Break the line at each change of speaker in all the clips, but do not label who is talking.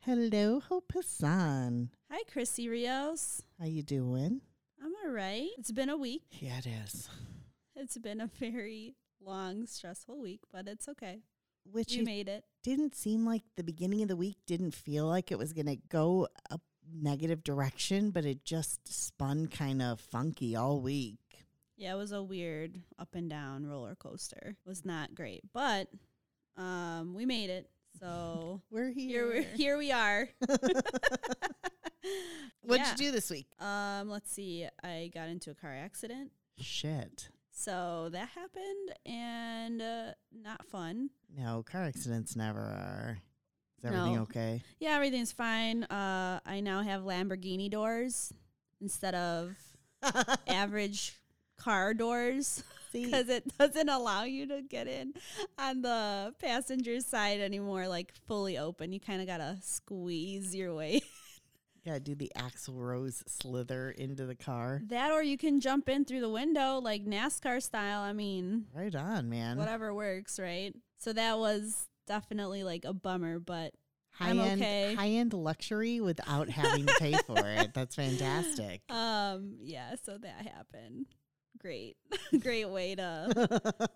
Hello, Hopasan.
Hi, Chrissy Rios.
How you doing?
I'm all right. It's been a week.
Yeah, it is.
It's been a very long, stressful week, but it's okay.
Which
you
it
made it.
didn't seem like the beginning of the week didn't feel like it was going to go a negative direction, but it just spun kind of funky all week.
Yeah, it was a weird up and down roller coaster. It was not great, but um, we made it. So
We're
here,
here.
we here we are.
What'd
Yeah.
you do this week?
Um, let's see. I got into a car accident,
Shit.
so that happened, and uh, not fun.
No, car accidents never are. Is everything
No.
okay?
Yeah, everything's fine. Uh, I now have Lamborghini doors instead of average car doors
See,
because it doesn't allow you to get in on the passenger side anymore, like fully open. You kind of gotta squeeze your way.
gotta do the Axl Rose slither into the car.
That, or you can jump in through the window, like NASCAR style. I mean,
Right on, man.
whatever works, right? So that was definitely like a bummer, but
high
I'm
end
okay.
high end luxury without having to pay for it. That's fantastic.
Um, yeah, so that happened. Great, great way to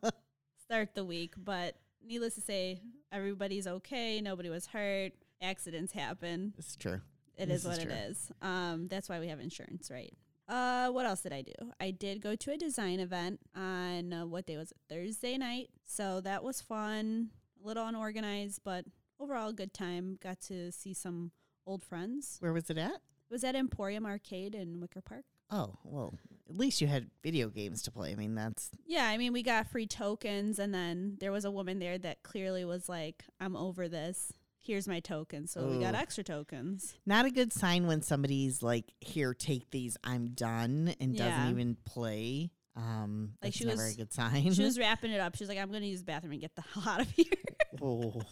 start the week. But needless to say, everybody's okay. Nobody was hurt. Accidents happen.
it's true.
It
This
is what
is
it
true.
is. Um, that's why we have insurance, right? Uh, what else did I do? I did go to a design event on uh, what day was it? Thursday night. So that was fun. A little unorganized, but overall a good time. Got to see some old friends.
Where was it at?
It was at Emporium Arcade in Wicker Park.
Oh, well, at least you had video games to play. I mean, that's
Yeah, I mean, we got free tokens, and then there was a woman there that clearly was like, "I'm over this. Here's my token." So we got
Ooh.
extra tokens.
not a good sign when somebody's like, "Here, take these. I'm done," and
Yeah.
doesn't even play. Um,
Like,
that's
she
never
was-
a good sign.
She was wrapping it up. She was like, "I'm going to use the bathroom and get the hell out of here."
oh,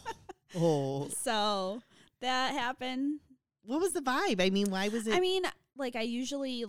oh,
so that happened.
what was the vibe? I mean, why was it?
I mean, like I usually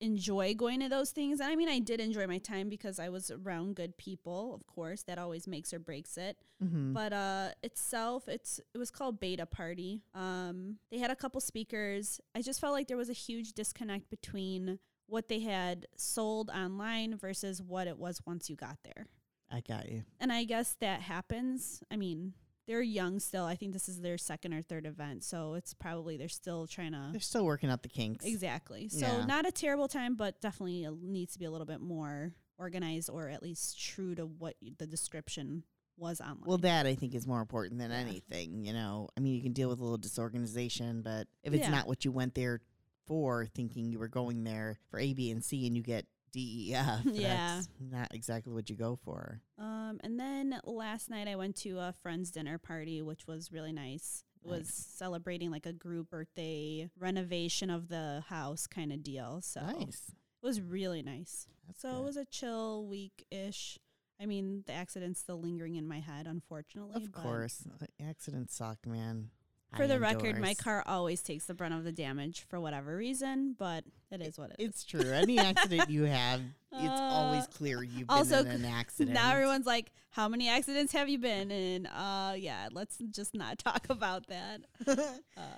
enjoy going to those things, and I mean, I did enjoy my time because I was around good people. Of course, that always makes or breaks it.
Mhm.
but uh itself it's it was called beta party um they had a couple speakers i just felt like there was a huge disconnect between what they had sold online versus what it was once you got there
I got you.
and i guess that happens i mean they're young still i think this is their second or third event so it's probably they're still trying to
They're still working out the kinks.
exactly so
Yeah.
not a terrible time but definitely a- needs to be a little bit more organized or at least true to what y- the description was online
Well, that I think is more important than
Yeah.
anything. You know, I mean, you can deal with a little disorganization, but if it's
Yeah.
not what you went there for, thinking you were going there for A, B, and C, and you get D, E, F,
Yeah.
that's not exactly what you go for.
Um, and then last night I went to a friend's dinner party, which was really nice. It was
Nice.
celebrating like a group birthday renovation of the house kind of deal. So it
Nice.
was really nice.
That's
so
good.
it was a chill week ish. I mean, the accident's still lingering in my head, unfortunately.
of
but
course, Uh, accidents suck, man.
For
I
the record, my
endorse.
car always takes the brunt of the damage for whatever reason, but it is what it is.
It's true. Any accident you have, it's always
Uh,
clear you've been
also,
in an accident.
Now everyone's like, "How many accidents have you been?" in?" uh, yeah, let's just not talk about that. Uh,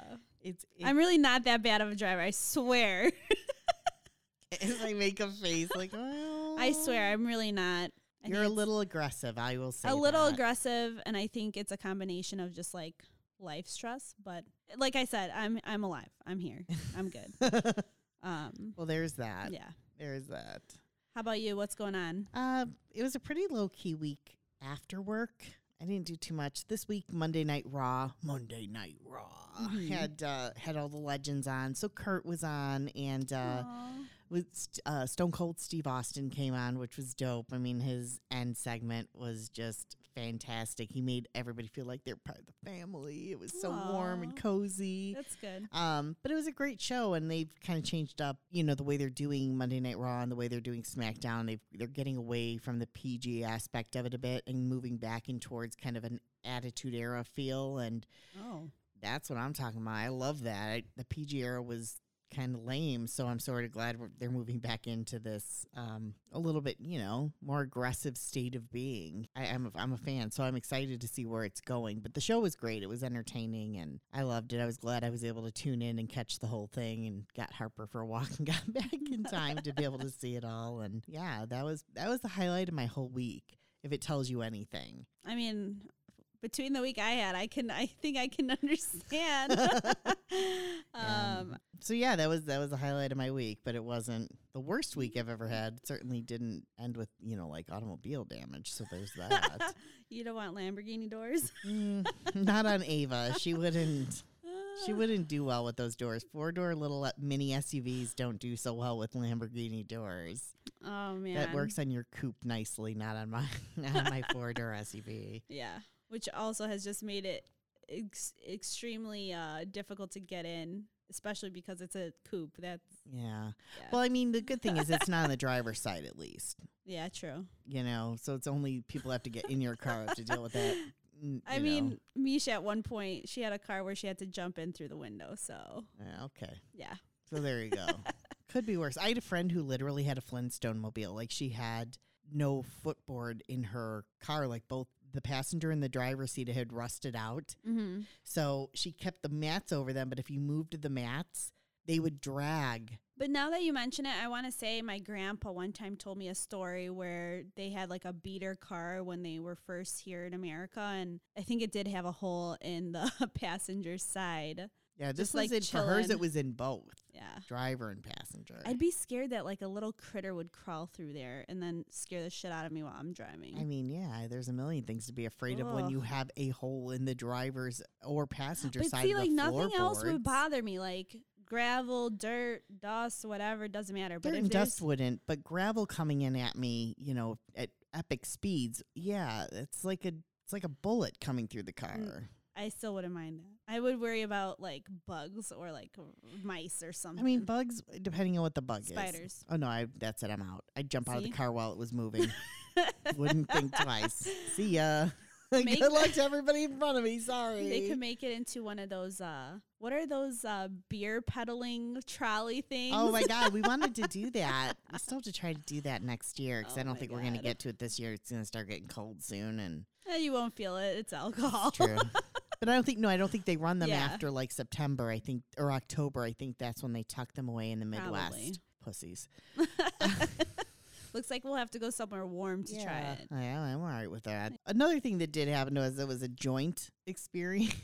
it's, it's
I'm really not that bad of a driver. I swear.
as I make a face like, well,
I swear, I'm really not. I
You're a
think it's
little aggressive. I will say
a little
that.
aggressive, and I think it's a combination of just like life stress. But like I said, I'm I'm alive. I'm here. I'm good. Um,
well, there's that.
yeah.
There's that.
How about you? What's going on?
Uh, it was a pretty low key week after work. I didn't do too much this week. Monday Night Raw, Monday Night Raw
Mhm.
had uh, had all the legends on. So Kurt was on, and uh,
Aw.
with St- uh, Stone Cold Steve Austin came on, which was dope. I mean, his end segment was just fantastic. He made everybody feel like they're part of the family. It was so warm and
Aw.
cozy.
that's good.
Um, but it was a great show, and they've kind of changed up, you know, the way they're doing Monday Night Raw and the way they're doing SmackDown. They've they're getting away from the PG aspect of it a bit and moving back in towards kind of an Attitude Era feel, and
Oh,
that's what I'm talking about. I love that. I, the PG era was kind of lame. So I'm sort of glad we're, they're moving back into this um, a little bit, you know, more aggressive state of being. I, I'm a, I'm a fan, so I'm excited to see where it's going. But the show was great; it was entertaining, and I loved it. I was glad I was able to tune in and catch the whole thing, and got Harper for a walk, and got back in time to be able to see it all. And yeah, that was that was the highlight of my whole week. If it tells you anything,
I mean, between the week I had, I can I think I can understand. um,
so yeah, that was that was the highlight of my week, but it wasn't the worst week I've ever had. It certainly didn't end with you know like automobile damage. So there's that.
you don't want Lamborghini doors.
Mm, not on Ava. She wouldn't. She wouldn't do well with those doors. Four door little uh, mini SUVs don't do so well with Lamborghini doors.
Oh man,
That works on your coupe nicely, not on my not on my four door SUV.
Yeah, which also has just made it ex- extremely uh, difficult to get in, especially because it's a coupe. That's
Yeah.
yeah,
Well, I mean, the good thing is it's not on the driver's side at least.
yeah true.
You know, so it's only people have to get in your car have to deal with that. mm,
I
you know.
mean, Misha at one point she had a car where she had to jump in through the window. So
Yeah, okay.
yeah,
So there you go. Could be worse. I had a friend who literally had a Flintstone mobile. Like she had no footboard in her car. Like both the passenger and the driver's seat had rusted out.
mm-hmm.
So she kept the mats over them, but if you moved the mats, they would drag.
But now that you mention it, I want to say my grandpa one time told me a story where they had like a beater car when they were first here in America. And I think it did have a hole in the passenger side.
Yeah, this
Just,
was
like,
in for hers. It
chillin'.
was in both
Yeah.
driver and passenger.
I'd be scared that like a little critter would crawl through there and then scare the shit out of me while I'm
I
driving.
mean, yeah, there's a million things to be afraid of when
Ugh.
you have a hole in the driver's or passenger
But
side
see,
of
like
the
nothing else would
floorboards.
bother me. Like gravel, dirt, dust, whatever, doesn't matter.
Dirt
but
and
if there's
dust wouldn't, but gravel coming in at me, you know, at epic speeds, yeah, it's like a it's like a bullet coming through the
Mm,
car.
I still wouldn't mind that. I would worry about like bugs or like r- mice or something.
I mean, bugs, depending on what the bug is.
mm. Spiders.
Oh no, I that's it. I'm out. I jump out of the
See?
car while it was moving. Wouldn't think twice. See ya. Good
Make-
luck to everybody in front of me. Sorry.
They could make it into one of those uh what are those uh beer peddling trolley things?
Oh my God, we wanted to do that. We still have to try to do that next year because
Oh
I don't
my
think we're going to
God.
get to it this year. It's going to start getting cold soon, and
Eh, you won't feel it. It's alcohol.
True. but I don't think no, I don't think they run them
Yeah.
after like September, I think or October. I think that's when they tuck them away in the Midwest.
Probably.
Pussies.
Looks like we'll have to go somewhere warm to try it.
Yeah, I'm all right with that. Another thing that did happen to us that was a joint experience.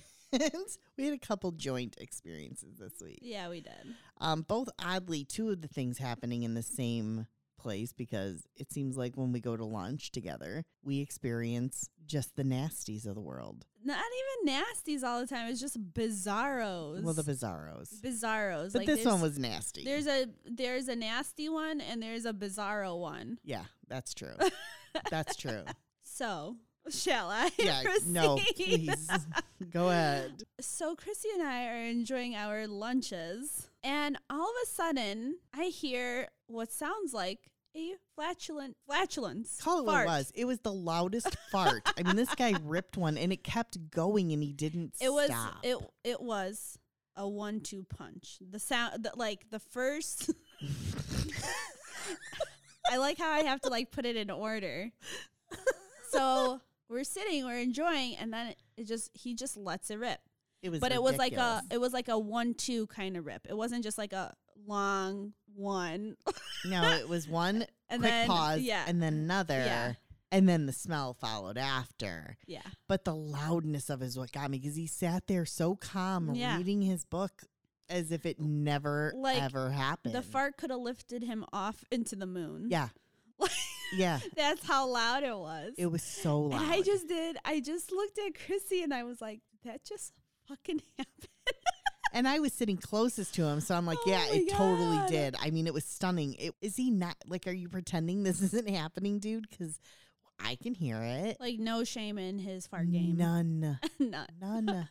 we had a couple joint experiences this week.
Yeah, we did.
Um, both oddly, two of the things happening in the same place because it seems like when we go to lunch together, we experience just the nasties of the world.
Not even nasties all the time. It's just bizarros.
Well, the bizarros.
bizarros.
But
like
this
there's-
one was nasty.
There's a there's a nasty one and there's a bizarro one.
Yeah, that's true. that's true.
So shall I?
Yeah, no,
proceed?
please go ahead.
So Chrissy and I are enjoying our lunches, and all of a sudden, I hear what sounds like a flatulent flatulence.
Call it
fart.
what it was. It was the loudest fart. I mean, this guy ripped one, and it kept going, and he didn't.
It was
Stop.
it it was a one-two punch. The sound, the, like the first. I like how I have to like put it in order. So we're sitting, we're enjoying, and then it, it just he just lets it rip.
It was.
but it was like a
ridiculous.
it was like a one two kind of rip. It wasn't just like a long one
no. It was one
and
quick
then
pause,
yeah
and then another,
Yeah.
and then the smell followed after.
yeah
But the loudness of it is what got me because he sat there so calm,
Yeah.
reading his book as if it never
Like,
ever happened.
the fart could have lifted him off into the moon.
Yeah. yeah.
that's how loud it was.
It was so loud.
And I just did. I just looked at Chrissy and I was like, that just fucking happened.
And I was sitting closest to him, so I'm like,
Oh
yeah,
my
it totally
God.
did. I mean, it was stunning. It, is he not like? Are you pretending this isn't happening, dude? Because I can hear it.
Like no shame in his fart game.
None,
None.
none,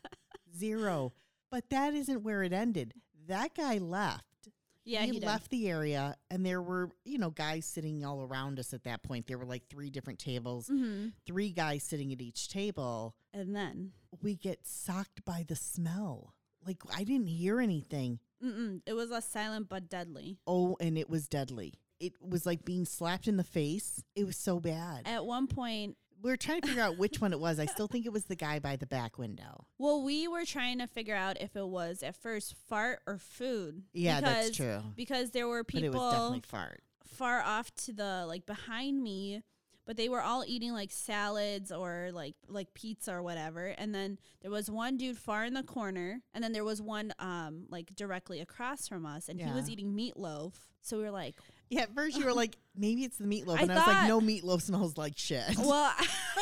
zero. But that isn't where it ended. That guy left.
Yeah, he,
he
did.
left the area, and there were you know guys sitting all around us at that point. There were like three different tables,
hmm
three guys sitting at each table.
And then
We get socked by the smell. Like I didn't hear anything.
Mm-mm, it was less silent but deadly.
Oh, and it was deadly. It was like being slapped in the face. It was so bad.
At one point,
we were trying to figure out which one it was. I still think it was the guy by the back window.
well, we were trying to figure out if it was at first fart or food.
Yeah, that's
because-
true.
Because there were
But it was
people
definitely fart.
far off to the like behind me, but they were all eating like salads or like like pizza or whatever. And then there was one dude far in the corner, and then there was one um like directly across from us, and he was
Yeah.
eating meatloaf. So we were like,
Yeah, at first you were like, maybe it's the meatloaf,
I
and I was like,
thought-
no, meatloaf smells like shit.
well.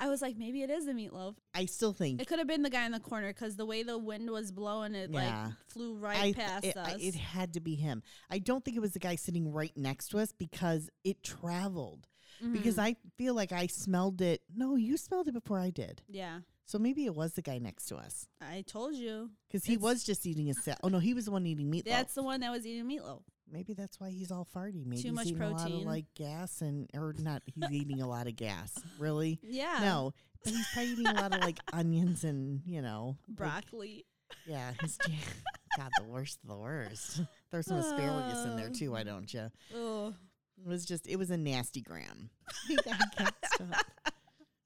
I was like, maybe it is the meatloaf.
I still think
It could have been the guy in the corner because the way the wind was blowing, it
Yeah.
like flew
I
right
th-
past
it, I-
us.
it had to be him. I don't think it was the guy sitting right next to us because it traveled. Because
Mhm.
I feel like I smelled it. No, you smelled it before I did.
yeah,
So maybe it was the guy next to us
I told you
because he
It's-
was just eating a set. Oh no, he was the one eating meatloaf.
that's the one that was eating meatloaf.
maybe that's why he's all farty. Maybe
Too
he's
much
eating a lot of
protein.
like gas and or not. He's eating a lot of gas. Really?
Yeah,
No, but he's probably eating a lot of like onions and you know like-
broccoli.
yeah, his jam. God, the worst of the worst. There's some asparagus in there
Oh.
too. Why don't you?
Oh,
It was just, it was a nasty gram. we got gassed up.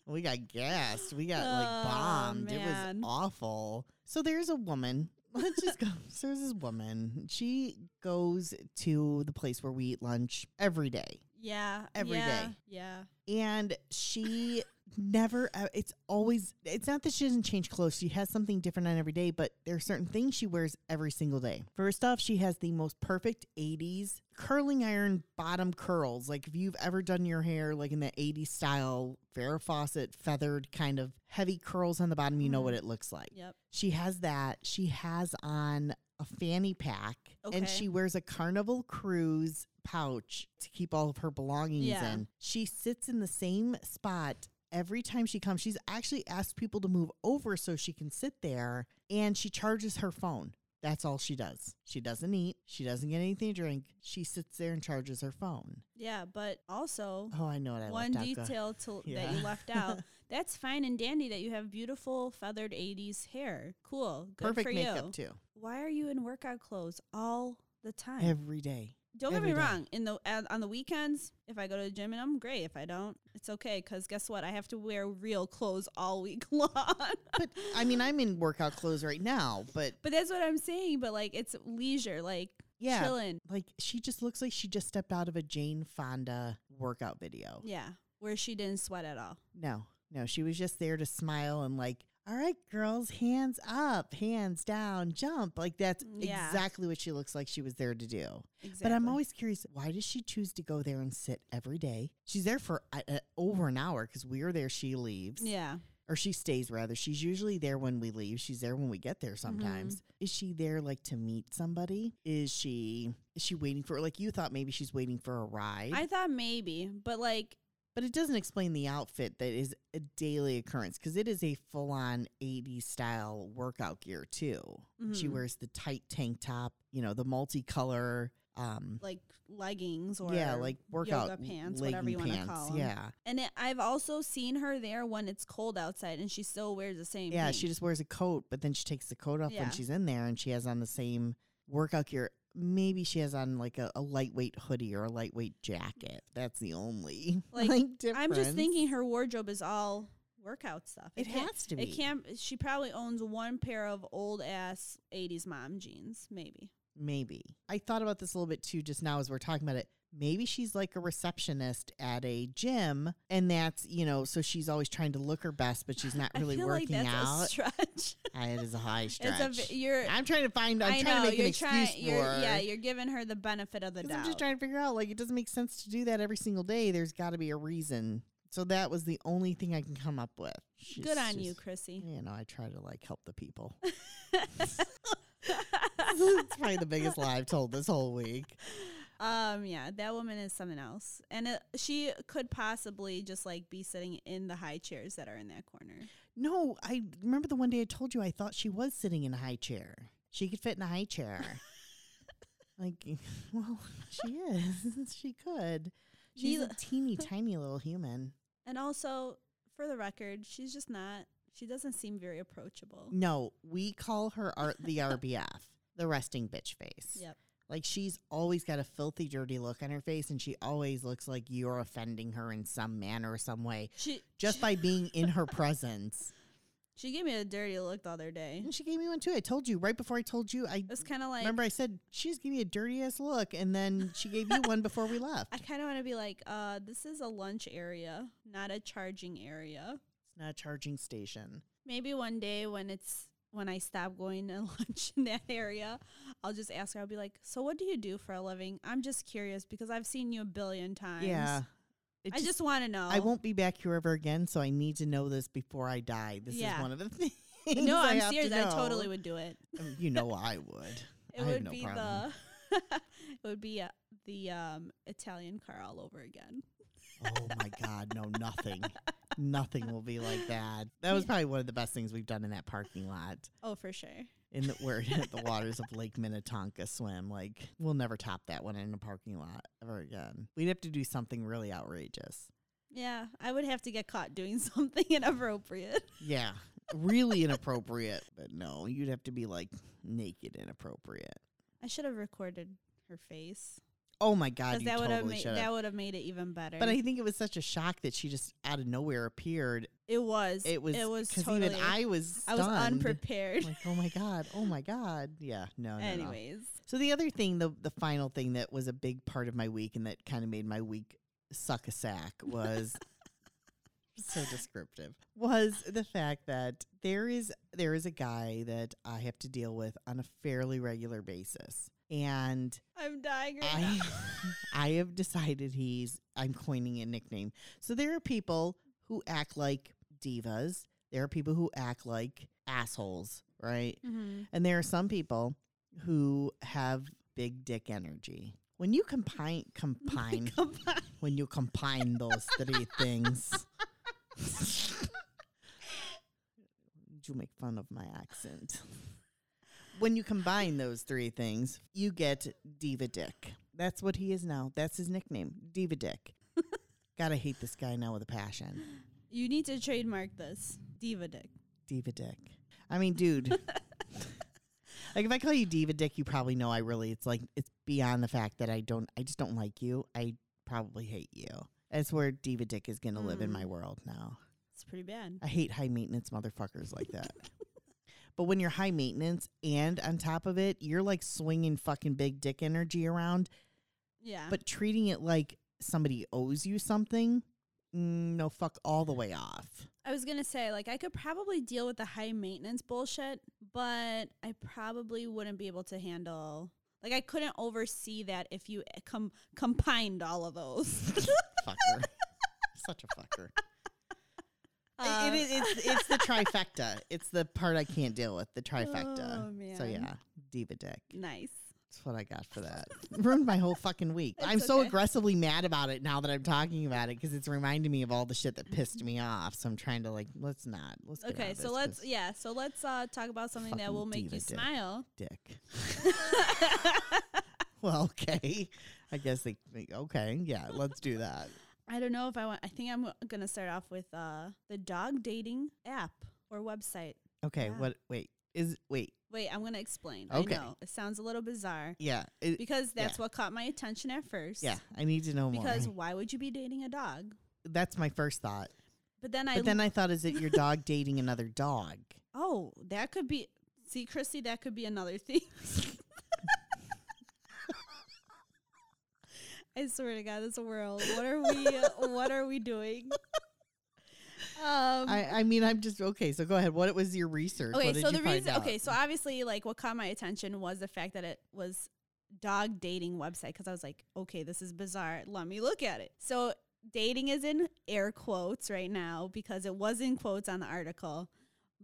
We got gassed. We got like
Oh,
bombed. It was
man.
awful. So there's a woman. Let's just go. So there's this woman. She goes to the place where we eat lunch every day.
yeah,
Every
yeah,
day.
Yeah,
And she never, uh, it's always, it's not that she doesn't change clothes. She has something different on every day, but there are certain things she wears every single day. First off, she has the most perfect 80s curling iron bottom curls. Like if you've ever done your hair like in the 80s style, Farrah Fawcett feathered kind of heavy curls on the bottom, you know
Mhm.
what it looks like.
yep.
She has that. She has on a fanny pack and
Okay.
she wears a Carnival Cruise pouch to keep all of her belongings
Yeah.
in. She sits in the same spot every time she comes. She's actually asked people to move over so she can sit there and she charges her phone. That's all she does. She doesn't eat. She doesn't get anything to drink. She sits there and charges her phone.
Yeah, but also
Oh, I know what I
one
left out. Go-
detail to, that
Yeah.
you left out. That's fine and dandy that you have beautiful feathered '80s hair. Cool, good
Perfect
for
makeup
you.
too.
Why are you in workout clothes all the time?
Every day.
Don't get
Every
me
day.
wrong. In the uh, on the weekends, if I go to the gym and I'm great. If I don't, it's okay. Cause guess what? I have to wear real clothes all week long.
But I mean, I'm in workout clothes right now, but
but that's what I'm saying. But like, it's leisure, like
yeah,
chilling.
like she just looks like she just stepped out of a Jane Fonda workout video.
Yeah, where she didn't sweat at all.
No, no, she was just there to smile and like, all right, girls, hands up, hands down, jump. Like that's
Mm, Yeah.
exactly what she looks like she was there to do.
Exactly.
But I'm always curious, why does she choose to go there and sit every day? She's there for uh, uh, over an hour because we're there. She leaves,
yeah.
or she stays rather. She's usually there when we leave. She's there when we get there
Mm-hmm.
sometimes. Is she there like to meet somebody? Is she is she waiting for like you thought maybe she's waiting for a ride?
I thought maybe, but like,
But it doesn't explain the outfit that is a daily occurrence because it is a full on 80s style workout gear, too. She
mhm,
wears the tight tank top, you know, the multicolor. Um,
like leggings or
yeah, like workout
pants,
legging
whatever you wanna
pants.
call 'em.
Yeah,
And it, I've also seen her there when it's cold outside, and she still wears the same.
yeah.
thing.
She just wears a coat, but then she takes the coat off
Yeah.
when she's in there, and she has on the same workout gear. Maybe she has on like a, a lightweight hoodie or a lightweight jacket. That's the only like,
Like,
difference.
I'm just thinking her wardrobe is all workout stuff.
it
can't-
has to be.
It can't. She probably owns one pair of old ass '80s mom jeans, maybe.
Maybe. I thought about this a little bit too just now as we're talking about it. Maybe she's like a receptionist at a gym and that's, you know, so she's always trying to look her best, but she's not really
I feel
working
like that's
out.
a stretch.
Ah, it is a high stretch.
it's a v- you're.
I'm trying to find, I'm
I
trying to
know
make an
you're
excuse
trying.
for
You're, yeah,
her.
you're giving her the benefit of the
'Cause
doubt.
I'm just trying to figure out, like, it doesn't make sense to do that every single day. There's got to be a reason. So that was the only thing I can come up with. She's
Good on you,
just-
Chrissy.
You know, I try to, like, help the people. That's probably the biggest lie I've told this whole week.
Um, yeah, that woman is something else, and it, she could possibly just like be sitting in the high chairs that are in that corner.
No, I remember the one day I told you I thought she was sitting in a high chair. She could fit in a high chair. like, well, she is. she could. She's a
Neither-
teeny tiny little human.
And also, for the record, she's just not. She doesn't seem very approachable.
No, we call her R- the RBF. the resting bitch face.
Yep.
Like she's always got a filthy, dirty look on her face, and she always looks like you're offending her in some manner or some way
She
just by being in her presence.
she gave me a dirty look the other day.
And she gave me one too. I told you right before I told you. I
It was kind of like
Mm-hmm. remember I said she's giving me a dirty ass look, and then she gave you one before we left.
I kind of want to be like, uh, this is a lunch area, not a charging area.
It's not a charging station.
Maybe one day when it's when I stop going to lunch in that area, I'll just ask her. I'll be like, "So what do you do for a living?" I'm just curious because I've seen you a billion times.
Yeah. It
I just, want to know.
I won't be back here ever again, so I need to know this before I die. This
Yeah.
is one of the things.
No,
I
I'm
have to
serious. I totally
know.
would do it.
Um, You know I would.
It
I have
would
no
be
problem.
the it would be uh, the um, Italian car all over again.
oh my god, no, nothing. nothing will be like that. That was probably one of the best things we've done in that parking lot.
Oh, for sure.
In the word at the waters of Lake Minnetonka swim. Like we'll never top that one in a parking lot ever again. We'd have to do something really outrageous.
Yeah, I would have to get caught doing something inappropriate.
Yeah. Really inappropriate. But no, you'd have to be like naked inappropriate.
I should have recorded her face.
Oh my god,
Because
you
that would have
totally
made
should
that
have.
would have made it even better.
But I think it was such a shock that she just out of nowhere appeared.
it was
It was
it was
'cause
totally
even I was
I was
stunned.
unprepared.
Like, oh my god, oh my god. Yeah,
Oh,
no, no. no.
Anyways,
So the other thing, the the final thing that was a big part of my week and that kind of made my week suck a sack was so descriptive was the fact that there is there is a guy that I have to deal with on a fairly regular basis. And
I'm dying right
I
now.
I have decided he's I'm coining a nickname. So there are people who act like divas. There are people who act like assholes, right?
Mhm.
And there are some people who have big dick energy. When you combine combine
Combined.
when you combine those three things. Do you make fun of my accent? When you combine those three things, you get Diva Dick. That's what he is now. That's his nickname, Diva Dick. Gotta hate this guy now with a passion.
You need to trademark this diva dick.
Diva Dick. I mean, dude. like if I call you Diva Dick, you probably know I really it's like it's beyond the fact that I don't I just don't like you. I probably hate you. That's where Diva Dick is gonna live in my
Mm.
world now.
It's pretty bad.
I hate high maintenance motherfuckers like that. but when you're high maintenance and on top of it, you're like swinging fucking big dick energy around,
Yeah,
but treating it like somebody owes you something. mm, No, fuck all the way off.
I was gonna say like I could probably deal with the high maintenance bullshit, but I probably wouldn't be able to handle. Like I couldn't oversee that if you eh, com- combined all of those.
Fucker. Such a fucker.
Uh,
it, it is, it's, it's the trifecta. It's the part I can't deal with, the trifecta.
Oh,
So,
man.
yeah, diva dick.
nice.
That's what I got for that. Ruined my whole fucking week.
It's
I'm so
okay.
aggressively mad about it now that I'm talking about it because it's reminding me of all the shit that pissed me off. So I'm trying to like, let's not. Let's get out
Okay,
of
so
this
let's
'cause
yeah, so let's uh talk about something that
Fucking
will make
diva
you
dick.
smile.
dick. Well, okay. I guess they think okay. Yeah, let's do that.
I don't know if I want. I think I'm gonna start off with uh the dog dating app or website.
Okay.
Yeah.
What? Wait. Is wait.
Wait, I'm gonna explain.
Okay. Uh,
I know it sounds a little bizarre
Yeah. it-
because that's what caught my attention at first.
yeah. I need to know more.
Because why would you be dating a dog?
that's my first thought.
But then I
But then I thought, is it your dog dating another dog?
oh that could be see Christy that could be another thing. I swear to God, this world. What are we? uh, what are we doing? Um,
I, I mean, I'm just okay. So go ahead. What was your research?
Okay,
what did
so
you
the
find
reason,
out?
okay, so obviously, like what caught my attention was the fact that it was dog dating website because I was like, okay, this is bizarre. Let me look at it. So dating is in air quotes right now because it was in quotes on the article,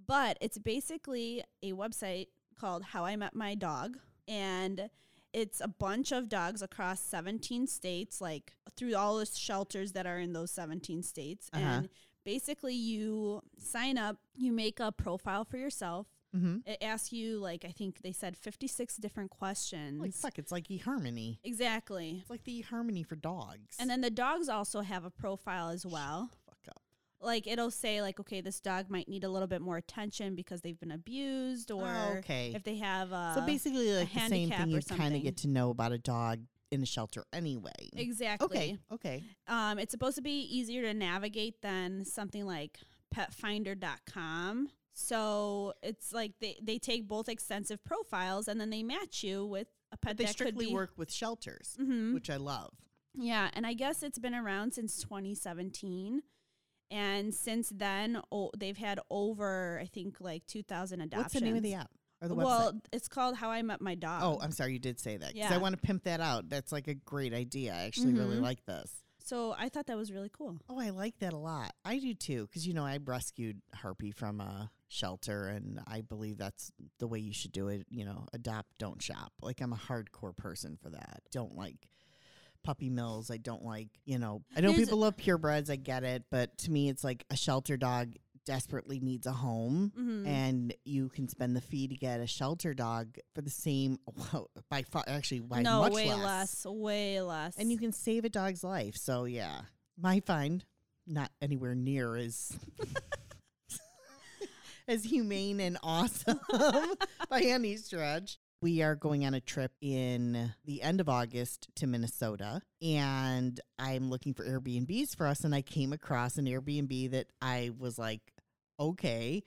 but it's basically a website called How I Met My Dog, and it's a bunch of dogs across 17 states, like through all the shelters that are in those 17 states,
Uh-huh.
and basically you sign up you make a profile for yourself
mm-hmm.
it asks you like i think they said 56 different questions
Like fuck, it's like eHarmony.
exactly
It's like the eHarmony for dogs.
and then the dogs also have a profile as well
fuck up.
like it'll say like okay this dog might need a little bit more attention because they've been abused or
Oh, okay.
if they have uh
so basically, like the same
handicap
thing
or
you kind of
something.
get to know about a dog in a shelter anyway.
exactly
Okay. Okay.
um it's supposed to be easier to navigate than something like petfinder.com so it's like they they take both extensive profiles and then they match you with a pet
They
that
strictly
could be,
work with shelters,
Mhm.
which I love.
Yeah, and I guess it's been around since 2017. And since then, o they've had over, I think, like 2,000 adoptions.
What's the name of the app or the
well,
website?
it's called How I Met My Dog.
Oh, I'm sorry, you did say that. 'cause
Yeah.
I want to pimp that out. That's like a great idea. I actually really
Mhm.
like this.
so I thought that was really cool.
Oh, I like that a lot. I do too, because you know I rescued Harpy from a shelter, and I believe that's the way you should do it. You know, adopt, don't shop. Like I'm a hardcore person for that. Don't like puppy mills. I don't like. You know, I know
There's-
people love purebreds. I get it, but to me, it's like a shelter dog desperately needs a home.
Mm-hmm.
And you can spend the fee to get a shelter dog for the same, well, by far, actually, by
no,
much
way
less.
way less.
And you can save a dog's life. So yeah, my find not anywhere near as as humane and awesome by any stretch. We are going on a trip in the end of August to Minnesota, and I'm looking for Airbnbs for us. And I came across an Airbnb that I was like, okay,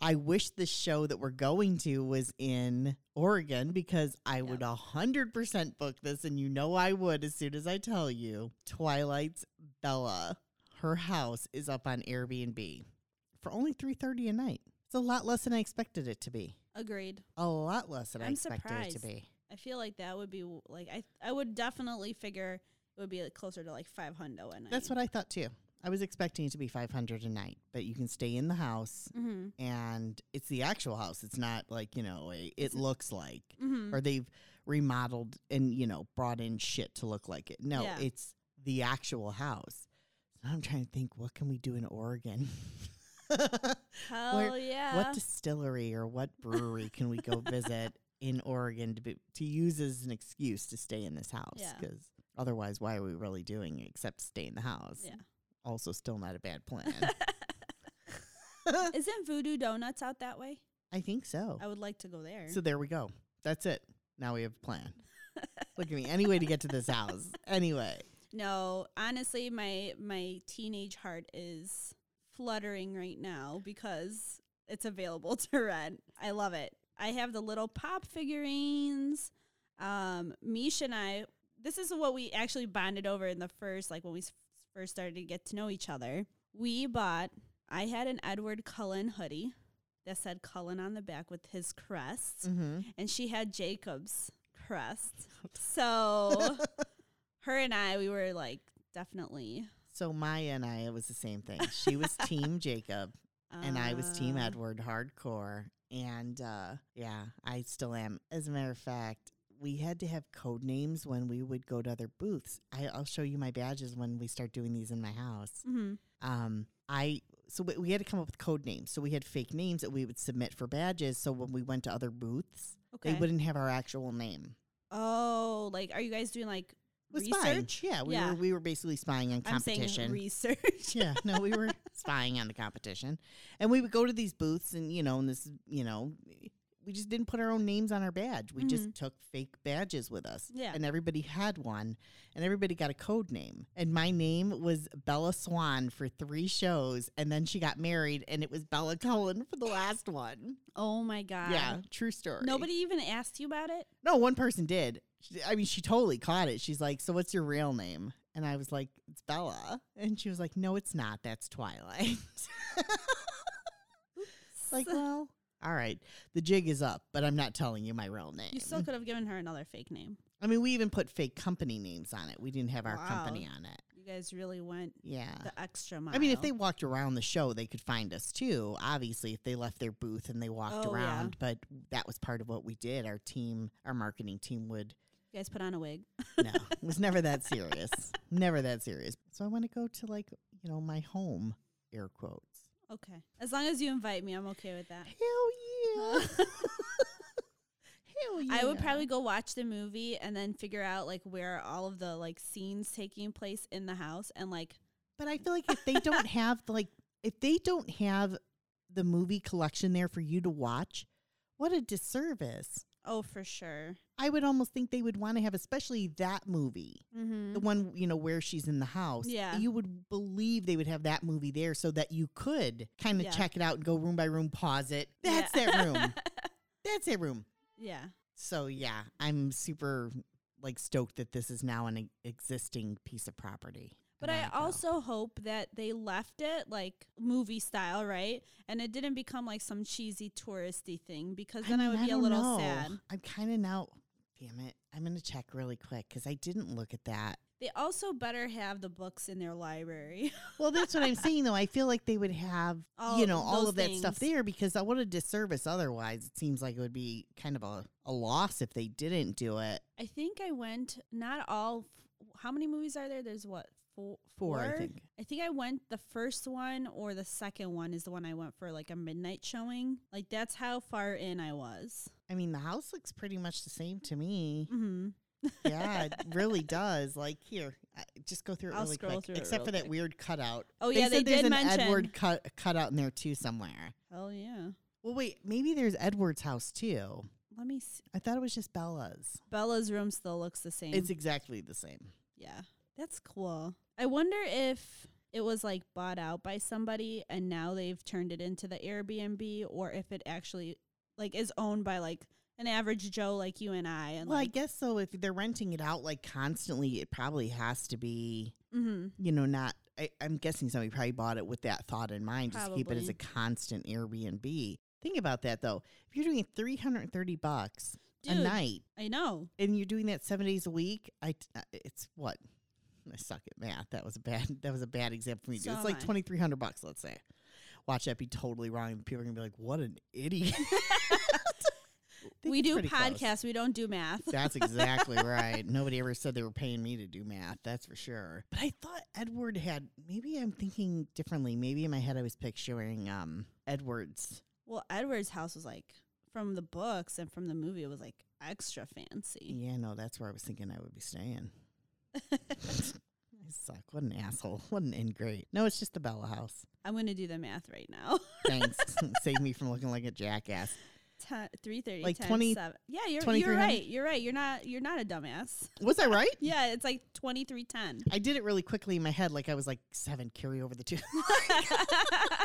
I wish the show that we're going to was in Oregon because I would would 100% book this, and you know I would as soon as I tell you. Twilight's Bella, her house is up on Airbnb for only 330 a night. It's a lot less than I expected it to be.
Agreed.
A lot less than i
I'm
expected it
surprised.
to be.
I feel like that would be w- like I I would definitely figure it would be like closer to like 500 a night.
That's what I thought too. I was expecting it to be 500 a night, but you can stay in the house
Mm-hmm.
and it's the actual house. It's not like, you know, a, it looks like
Mm-hmm.
or they've remodeled and you know brought in shit to look like it. No,
Yeah.
it's the actual house. So I'm trying to think, what can we do in Oregon? what
Hell yeah.
distillery or what brewery can we go visit in Oregon to be, to use as an excuse to stay in this house?
Yeah.
Because otherwise, why are we really doing it except stay in the house?
Yeah.
Also, still not a bad plan.
Isn't Voodoo Donuts out that way?
I think so.
I would like to go there.
So there we go. That's it. Now we have a plan. Look at me. Any way to get to this house. Anyway.
No, honestly, my my teenage heart is fluttering right now because it's available to rent. I love it. I have the little pop figurines. Um, Misha and I, this is what we actually bonded over in the first, like when we s- first started to get to know each other. We bought. I had an Edward Cullen hoodie that said Cullen on the back with his crest
Mm-hmm.
and she had Jacob's crest. So her and I, we were like definitely.
So Maya and I, it was the same thing. She was Team Jacob, and I was Team
uh,
Edward, hardcore. And uh, yeah, I still am. As a matter of fact, we had to have code names when we would go to other booths. I, I'll show you my badges when we start doing these in my house.
mhm.
Um, I so we, we had to come up with code names. So we had fake names that we would submit for badges. So when we went to other booths,
Okay.
they wouldn't have our actual name.
oh, like, are you guys doing like
It was spying.
research?
Yeah, we
Yeah.
were we were basically spying on
I'm
competition.
saying research.
yeah, no, we were spying on the competition, and we would go to these booths, and you know, and this, you know, we just didn't put our own names on our badge. We just took fake badges with us,
Mm-hmm. Yeah.
And everybody had one, and everybody got a code name. And my name was Bella Swan for three shows, and then she got married, and it was Bella Cullen for the last one.
oh my god.
yeah, true story.
Nobody even asked you about it.
No, one person did. She, I mean, she totally caught it. She's like, "So what's your real name?" And I was like, "It's Bella." And she was like, "No, it's not. That's Twilight." like, well, all right. The jig is up, but I'm not telling you my real name.
you still could have given her another fake name.
I mean, we even put fake company names on it. We didn't have our
Wow.
company on it.
You guys really went
Yeah.
the extra mile.
Uh, I mean, if they walked around the show, they could find us too. Obviously, if they left their booth and they walked
Oh, yeah.
around, but that was part of what we did. Our team, our marketing team would
you guys put on a wig.
no, it was never that serious. never that serious. So I want to go to like, you know, my home, air quotes.
Okay. As long as you invite me, I'm okay with that.
Hell yeah. Hell yeah.
I would probably go watch the movie and then figure out like where all of the like scenes taking place in the house and like
But I feel like if they don't have like if they don't have the movie collection there for you to watch, what a disservice.
Oh, for sure.
I would almost think they would want to have, especially that movie,
Mm-hmm.
the one, you know, where she's in the house.
Yeah.
You would believe they would have that movie there so that you could kind of
Yeah.
check it out and go room by room, pause it. That's
Yeah.
that room. That's that room.
yeah.
So, yeah, I'm super like stoked that this is now an e- existing piece of property.
But
in
I
Monaco.
also hope that they left it like movie style, right? And it didn't become like some cheesy touristy thing because then I,
mean,
would be a
don't
little
know.
sad.
I'm kind of now. Damn it! I'm gonna check really quick because I didn't look at that.
They also better have the books in their library.
Well, that's what I'm saying though. I feel like they would have
All
you know all
those
of that stuff
things.
there because I what a disservice. Otherwise, it seems like it would be kind of a, a loss if they didn't do it.
I think I went not all. f- How many movies are there? There's what four?
Four, I think.
I think I went the first one or the second one is the one I went for like a midnight showing. Like that's how far in I was.
I mean, the house looks pretty much the same to me.
Mm-hmm.
yeah, it really does. Like here, I- just go through it
I'll
really
scroll
quick.
through it
Except
real
for that
quick.
weird cutout.
Oh yeah, they
said there's
did
an
mention.
Edward cut cutout in there too somewhere.
Hell yeah.
Well, wait, maybe there's Edward's house too.
Let me see.
I thought it was just Bella's.
Bella's room still looks the same.
It's exactly the same.
yeah, that's cool. I wonder if it was like bought out by somebody and now they've turned it into the Airbnb, or if it actually like is owned by like an average Joe like you and I. And
Well, I
like,
guess so. If they're renting it out like constantly, it probably has to be,
mm-hmm.
you know, not. I, I'm guessing somebody probably bought it with that thought in mind, just keep it as a
Probably.
constant Airbnb. Think about that though. If you're doing 330 bucks a
Dude.
night
I know.
and you're doing that seven days a week, I t- uh, it's what I suck at math. That was a bad. That was a bad example for me. to do.
So
it's
am
like
I.
2,300 bucks, let's say. Watch that be totally wrong. and People are gonna be like, "What an idiot." Think
we
it's
do
pretty close.
podcasts. We don't do math.
That's exactly right. Nobody ever said they were paying me to do math. That's for sure. But I thought Edward had. Maybe I'm thinking differently. Maybe in my head I was picturing um Edward's.
Well, Edward's house was like from the books and from the movie. It was like extra fancy.
Yeah, no, that's where I was thinking I would be staying. I suck. What an asshole. What an ingrate. No, it's just the Bella House.
I'm gonna do the math right now.
Thanks. Save me from looking like a jackass.
Three thirty,
Like
times
20
seven. Yeah, you're you're
2300?
right. You're right. You're not you're not a dumbass.
Was I right?
Yeah, it's like twenty three ten.
I did it really quickly in my head, like I was like seven. Carry over the two.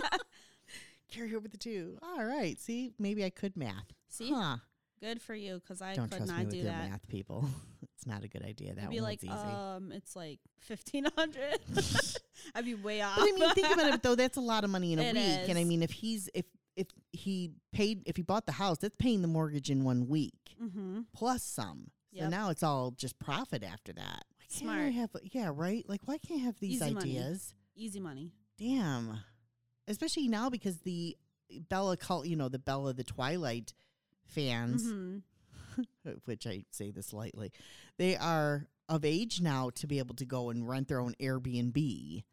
carry over the two. All right. See, maybe I could math.
See,
Huh.
good for you, because I
Don't
could
trust me
not
with
do
your
that.
math, people. it's not a good idea. That
I'd be
one's
like, uh,
easy.
um, it's like fifteen hundred. I'd be way off.
but I mean, think about it though. That's a lot of money in a
It
week. And I
is.
mean, if he's if if he paid if he bought the house, that's paying the mortgage in one week
Mm-hmm.
plus some. So
Yep.
now it's all just profit after that. Why can't I
Smart.
have yeah right? Like why can't I have these
Easy money.
ideas?
Easy money.
Damn, especially now because the Bella cult, you know, the Bella the Twilight fans. uh,
Mm-hmm.
which I say this lightly, they are of age now to be able to go and rent their own Airbnb.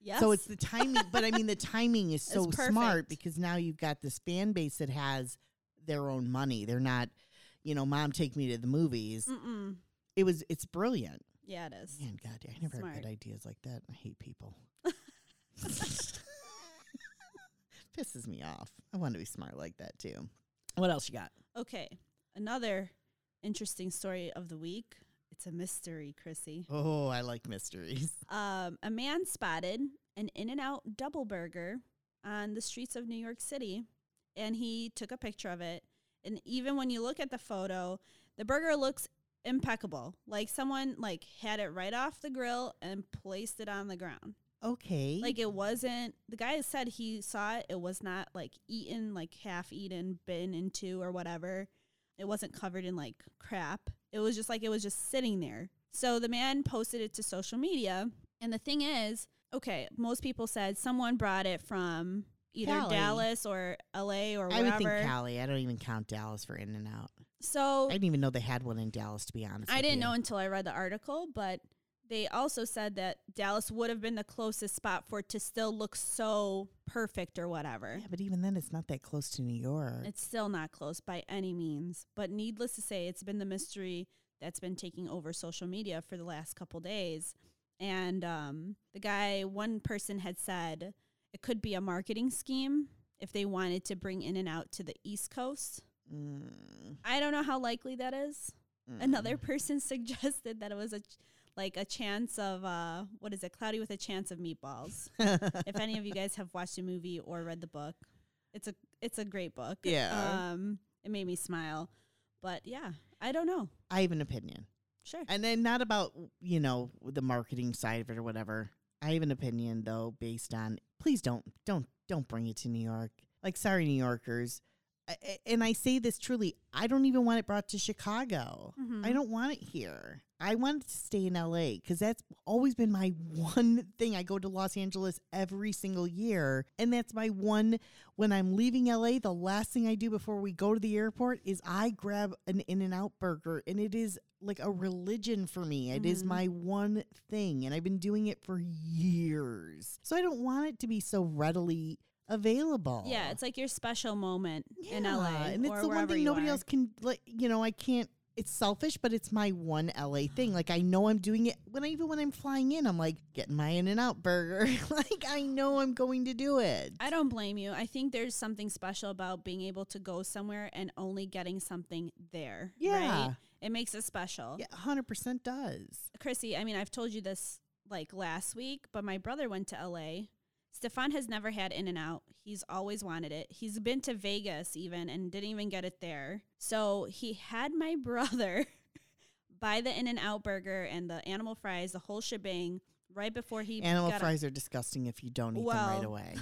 Yes.
So it's the timing, but I mean, the timing is so smart
perfect.
because now you've got this fan base that has their own money. They're not, you know, mom, take me to the movies.
Mm-mm.
It was, it's brilliant.
Yeah, it is.
Man, God, I never have
Smart.
good ideas like that. I hate people. Pisses me off. I want to be smart like that too. What else you got?
Okay, another interesting story of the week. It's a mystery, Chrissy.
Oh, I like mysteries.
Um, a man spotted an In and Out double burger on the streets of New York City, and he took a picture of it. And even when you look at the photo, the burger looks impeccable. Like someone like had it right off the grill and placed it on the ground.
Okay.
Like it wasn't the guy said he saw it, it was not like eaten, like half eaten, bitten into or whatever. It wasn't covered in like crap. It was just like it was just sitting there. So the man posted it to social media. And the thing is, okay, most people said someone brought it from either
Cali.
Dallas or LA or
I
wherever.
would think Cali. I don't even count Dallas for In and Out. I
so
didn't even know they had one in Dallas. To be honest,
I
with
didn't
you.
know until I read the article, but they also said that Dallas would have been the closest spot for it to still look so perfect or whatever.
Yeah, but even then, it's not that close to New York.
It's still not close by any means, but needless to say, it's been the mystery that's been taking over social media for the last couple days. And um, the guy, one person had said, it could be a marketing scheme if they wanted to bring in and out to the East Coast.
Mm,
I don't know how likely that is.
mm.
Another person suggested that it was a ch- like a chance of uh, what is it? Cloudy with a chance of meatballs. if any of you guys have watched the movie or read the book, it's a it's a great book.
Yeah.
Um, it made me smile, but yeah, I don't know.
I have an opinion.
Sure.
And then not about, you know, the marketing side of it or whatever. I have an opinion though based on please don't don't don't bring it to New York. Like sorry New Yorkers. I, I- and I say this truly, I don't even want it brought to Chicago.
Mm-hmm.
I don't want it here. I want it to stay in LA because that's always been my one thing. I go to Los Angeles every single year. And that's my one, when I'm leaving LA, the last thing I do before we go to the airport is I grab an In N Out burger. And it is like a religion for me. It is
Mhm.
my one thing. And I've been doing it for years. So I don't want it to be so readily available.
Yeah, it's like your special moment in
Yeah,
LA,
and it's
or
the one
wherever
thing
you
nobody
are.
else can like. You know, I can't. It's selfish, but it's my one LA thing. Like I know I'm doing it when I even when I'm flying in, I'm like getting my In and Out burger. like I know I'm going to do it.
I don't blame you. I think there's something special about being able to go somewhere and only getting something there.
yeah,
Right? It makes it special.
yeah, hundred percent does.
Chrissy, I mean, I've told you this like last week, but my brother went to LA. Stefan has never had In N Out. He's always wanted it. He's been to Vegas even and didn't even get it there. So he had my brother buy the In N Out burger and the animal fries, the whole shebang, right before he
Animal
got
fries are disgusting if you don't eat them right
Well,
away.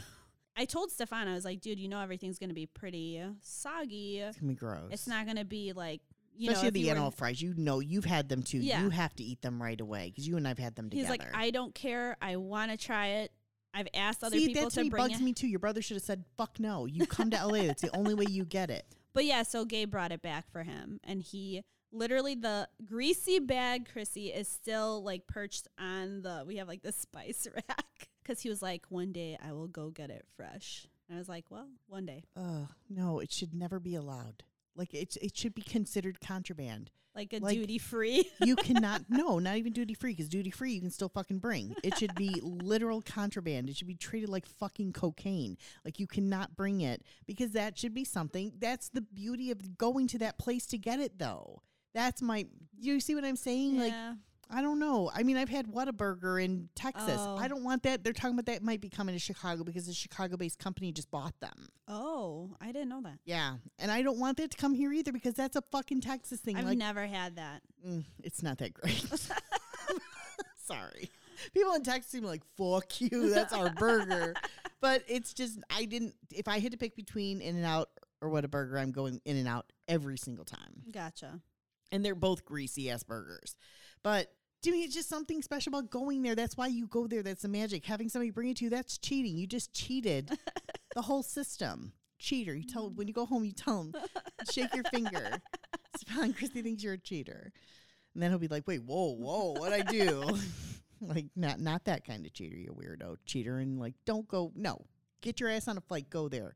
I told Stefan, I was like, dude, you know everything's gonna be pretty soggy.
It's gonna be gross.
It's not gonna be like you
Especially
know if
the
you were-
animal fries. You know, you've had them too.
Yeah.
You have to eat them right away because you and I've had them
He's
together.
like, I don't care. I want to try it. I've asked other
See,
people
that to
to
me
bring
bugs
it,
me too. Your brother should have said, "Fuck no, you come to LA. That's the only way you get it."
but yeah. So Gabe brought it back for him, and he literally the greasy bag, Chrissy, is still like perched on the. We have like the spice rack because he was like, one day I will go get it fresh. And I was like, well, one day.
Uh, no, it should never be allowed. Like it's it should be considered contraband.
Like a
Like-
duty free.
You cannot no, not even duty free because duty free you can still fucking bring. It should be literal contraband. It should be treated like fucking cocaine. Like you cannot bring it because that should be something. That's the beauty of going to that place to get it though. That's my you see what I'm saying? Like
yeah.
I don't know. I mean, I've had Whataburger in Texas.
Oh.
I don't want that. They're talking about that might be coming to Chicago because a Chicago-based company just bought them.
Oh, I didn't know that.
Yeah, and I don't want that to come here either because that's a fucking Texas thing.
I've
like,
never had that.
mm, it's not that great. Sorry, people in Texas seem like fuck you. That's our burger, but it's just I didn't. If I had to pick between In and Out or What a Burger, I'm going In and Out every single time,
Gotcha.
and they're both greasy ass burgers. But to me, it's just something special about going there. That's why you go there. That's the magic. Having somebody bring it to you, that's cheating. You just cheated the whole system. Cheater. You tell when you go home, you tell him, shake your finger. Stefan Christie thinks you're a cheater. And then he'll be like, wait, whoa, whoa, what I do? like, not not that kind of cheater, you weirdo. Cheater and like, don't go no. Get your ass on a flight, go there.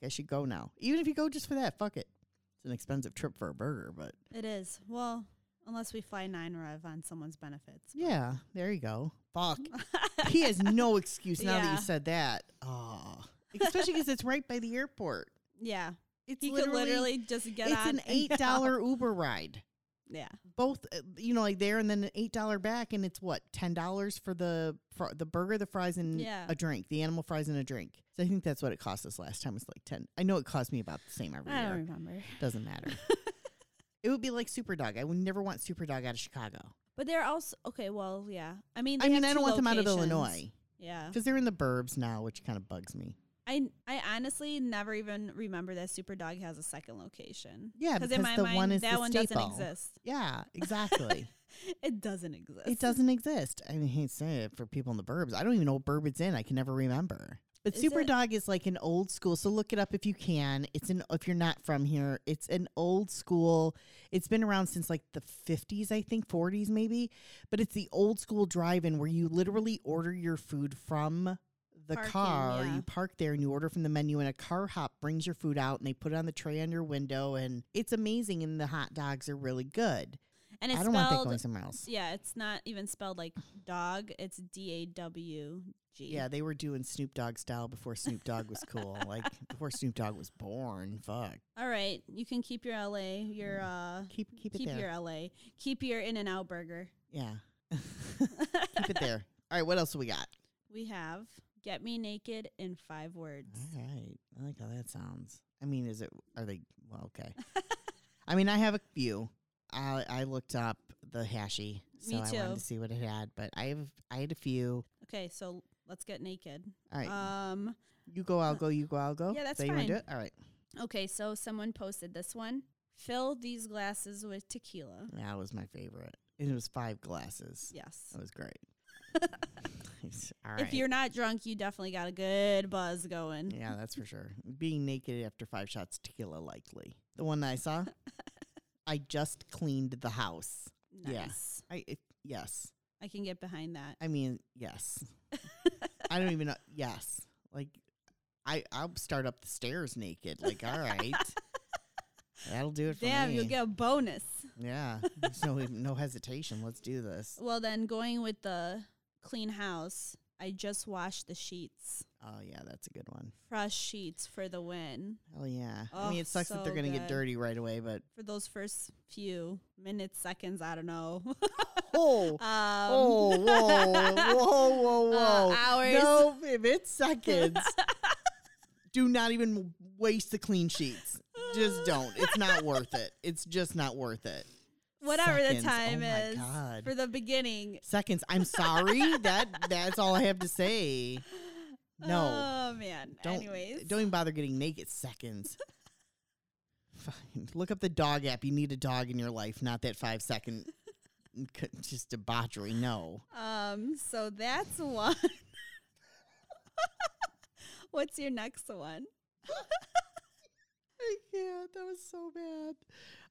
You guys should go now. Even if you go just for that, fuck it. It's an expensive trip for a burger, but
It is. Well, unless we fly nine rev on someone's benefits.
yeah, there you go. Fuck. he has no excuse now that
Yeah.
you said that. Oh. Especially because it's right by the airport.
Yeah.
It's
He
literally,
could literally just get
it's
on.
an
and
eight
go.
dollar Uber ride.
Yeah.
Both, uh, you know, like there and then an eight dollar back, and it's what ten dollars for the fr- the burger, the fries, and
Yeah.
a drink, the animal fries and a drink. So I think that's what it cost us last time. It's like ten. I know it cost me about the same every
I
year.
don't remember.
Doesn't matter. it would be like Super Dog. I would never want Super Dog out of Chicago.
But they're also okay. Well, yeah. I mean,
I
they
mean,
have
I don't
two
want them out of
locations.
Illinois
Yeah.
because they're in the burbs now, which kind of bugs me.
I I honestly never even remember that Superdog has a second location.
Yeah,
in
because
my
the
mind,
one is
that
the
one
staple.
doesn't exist.
Yeah, exactly.
It doesn't exist.
It doesn't exist. I mean, hate saying it for people in the burbs. I don't even know what burb it's in. I can never remember. But
Is
Super
it-
Dog is like an old school. So look it up if you can. It's an if you're not from here, it's an old school. It's been around since like the 50s, I think, 40s maybe. But it's the old school drive-in where you literally order your food from the
Parking,
car.
yeah.
You park there and you order from the menu, and a car hop brings your food out, and they put it on the tray on your window, and it's amazing. And the hot dogs are really good.
And it's
I don't want that
spelled
going somewhere else.
yeah, it's not even spelled like dog. It's D A W G.
Yeah, they were doing Snoop Dogg style before Snoop Dogg was cool. like before Snoop Dogg was born. Fuck.
All right, you can keep your LA, your uh,
Mm. Keep keep it
keep
there.
your LA, keep your In and Out Burger.
yeah. keep it there. All right, what else do we got?
We have get me naked in five words.
All right. I like how that sounds. I mean, is it are they well, okay. I mean, I have a few. I I looked up the hashi, so
Me
I wanted
too.
to see what it had, but I have I had a few.
Okay, so let's get naked.
All right.
Um,
you go, I'll go, you go, I'll go.
yeah, that's
Is that you wanna do
fine.
it? All right.
okay, so someone posted this one. Fill these glasses with tequila.
That was my favorite. And it was five glasses.
Yes.
That was great. All
If you're not drunk, you definitely got a good buzz going.
Yeah, that's for sure. Being naked after five shots tequila likely. The one that I saw, I just cleaned the house. yeah.
Nice.
I it, yes.
I can get behind that.
I mean, yes. I don't even know. Yes. Like I I'll start up the stairs naked. Like, all right. That'll do it for
Damn,
me.
you'll get a bonus.
yeah. There's no no hesitation. Let's do this.
Well, then going with the clean house, I just washed the sheets.
Oh yeah, that's a good one.
Fresh sheets for the win.
Oh yeah. I
Oh,
mean, it sucks that they're
so
gonna get
good.
dirty right away, but
For those first few minutes, seconds, I don't know.
oh,
um,
oh, whoa, whoa, whoa,
uh,
whoa.
hours.
No, if it's seconds, do not even waste the clean sheets. Just don't. It's not worth it. It's just not worth it.
Whatever
Seconds.
the time
oh my
is
God.
for the beginning.
seconds. I'm sorry. that that's all I have to say. No,
Oh man.
don't.
Anyways.
Don't even bother getting naked. Seconds. Fine. Look up the dog app. You need a dog in your life, not that five second. Just debauchery. No.
Um. So that's one. What's your next one?
I can't. That was so bad.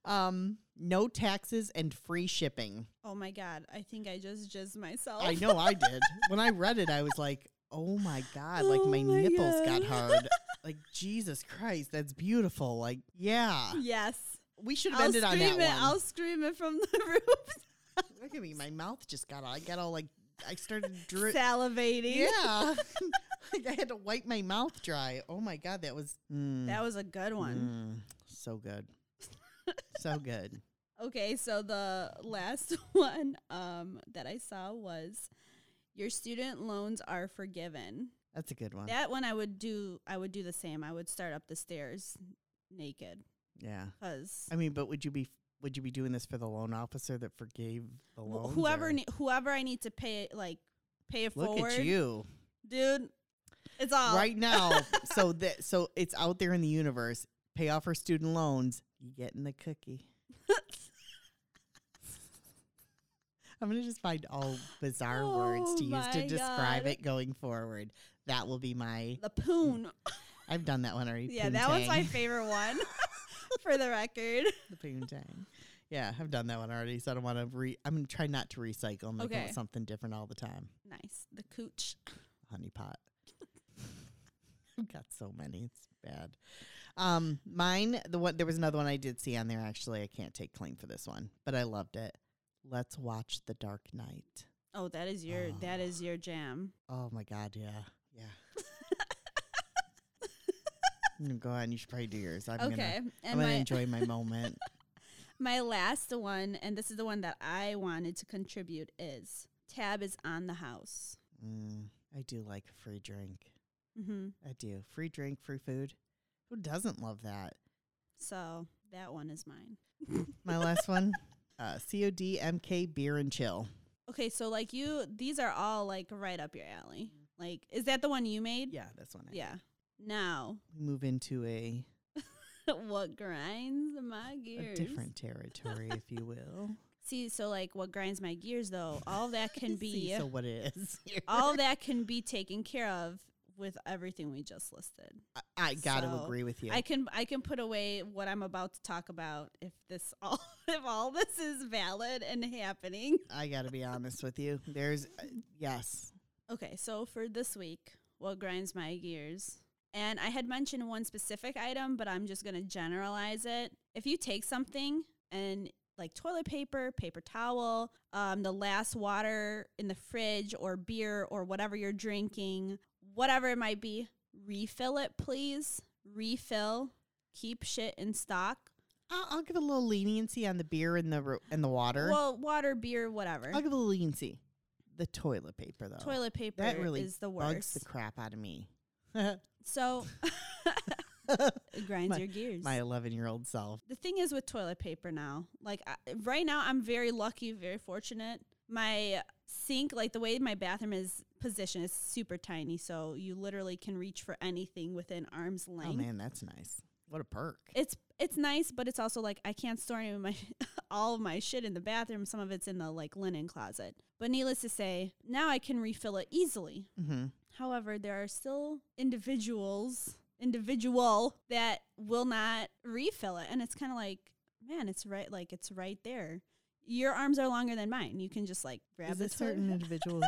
Um, no taxes and free shipping.
Oh my god! I think I just jizzed myself.
I know I did. When I read it, I was like, "Oh my god!" Like
Oh
my,
my
nipples
God.
got hard. Like Jesus Christ, that's beautiful. Like yeah,
Yes.
we should have
I'll
ended
scream
on that
it.
one.
I'll scream it from the roof.
Look at me, my mouth just got. all- I got all like I started drip.
Salivating.
Yeah, like I had to wipe my mouth dry. Oh my god, that was mm,
That was a good one.
mm, so good, so good.
Okay, so the last one um, that I saw was your student loans are forgiven.
That's a good one.
That one I would do. I would do the same. I would start up the stairs naked
yeah.
because
I mean, but would you be would you be doing this for the loan officer that forgave the loan?
whoever ne- whoever I need to pay it, like pay it
look
forward, Oh.
at you
dude. It's all
right now. so that so it's out there in the universe. Pay off her student loans. You getting the cookie? I'm gonna just find all bizarre words to
Oh
use
my
to describe
God.
it going forward. That will be my.
the poon.
I've done that one already.
Yeah, that one's my
poontang.
favorite one. For the record,
the poontang. Yeah, I've done that one already, so I don't want to re. I'm gonna try not to recycle and make up
Okay.
with something different all the time.
nice the cooch.
honey pot. I've got so many. It's bad. Um, mine, the one there was another one I did see on there actually. I can't take claim for this one, but I loved it. Let's watch The Dark Knight.
Oh, that is your that
Oh.
is your jam.
Oh my god, yeah. Yeah. Mm, Go on, you should probably do yours. I'm
okay,
gonna I'm
and
gonna
my
enjoy my moment.
my last one, and this is the one that I wanted to contribute is tab is on the house.
Mm, I do like a free drink.
Mm-hmm.
I do. Free drink, free food. Who doesn't love that?
So that one is mine.
My last one, uh, CODMK beer and chill.
Okay, so like you, these are all like right up your alley. Like, is that the one you made?
Mm-hmm. Yeah, that's one. I
Yeah. Now,
We move into a,
what grinds my
a
gears?
Uh, different territory, if you will.
See, so like what grinds my gears though, all that can
See,
be
so what it is.
all that can be taken care of with everything we just listed.
I, I gotta
so
agree with you.
I can I can put away what I'm about to talk about if this all if all this is valid and happening.
I gotta be honest with you. There's uh, yes,
Okay, so for this week, what grinds my gears? And I had mentioned one specific item, but I'm just going to generalize it. If you take something and like toilet paper, paper towel, um, the last water in the fridge or beer or whatever you're drinking, whatever it might be, refill it, please. Refill. Keep shit in stock.
I'll, I'll give a little leniency on the beer and the ro- and the water.
Well, water, beer, whatever.
I'll give a little leniency. The toilet paper though.
Toilet paper
that really
is the
bugs
worst.
the crap out of me.
so it grinds
My-
your gears.
My 11 year old self.
the thing is with toilet paper now, like I, right now, I'm very lucky, very fortunate. My sink, like the way my bathroom is positioned, is super tiny, so you literally can reach for anything within arm's
Oh
length.
man, that's nice. What a perk.
It's it's nice, but it's also like I can't store any of my all of my shit in the bathroom. Some of it's in the like linen closet. But needless to say, now I can refill it easily.
hmm
However, there are still individuals, individual that will not refill it. And it's kind of like, man, it's right, like it's right there. Your arms are longer than mine. You can just like grab
Is
the
this certain individual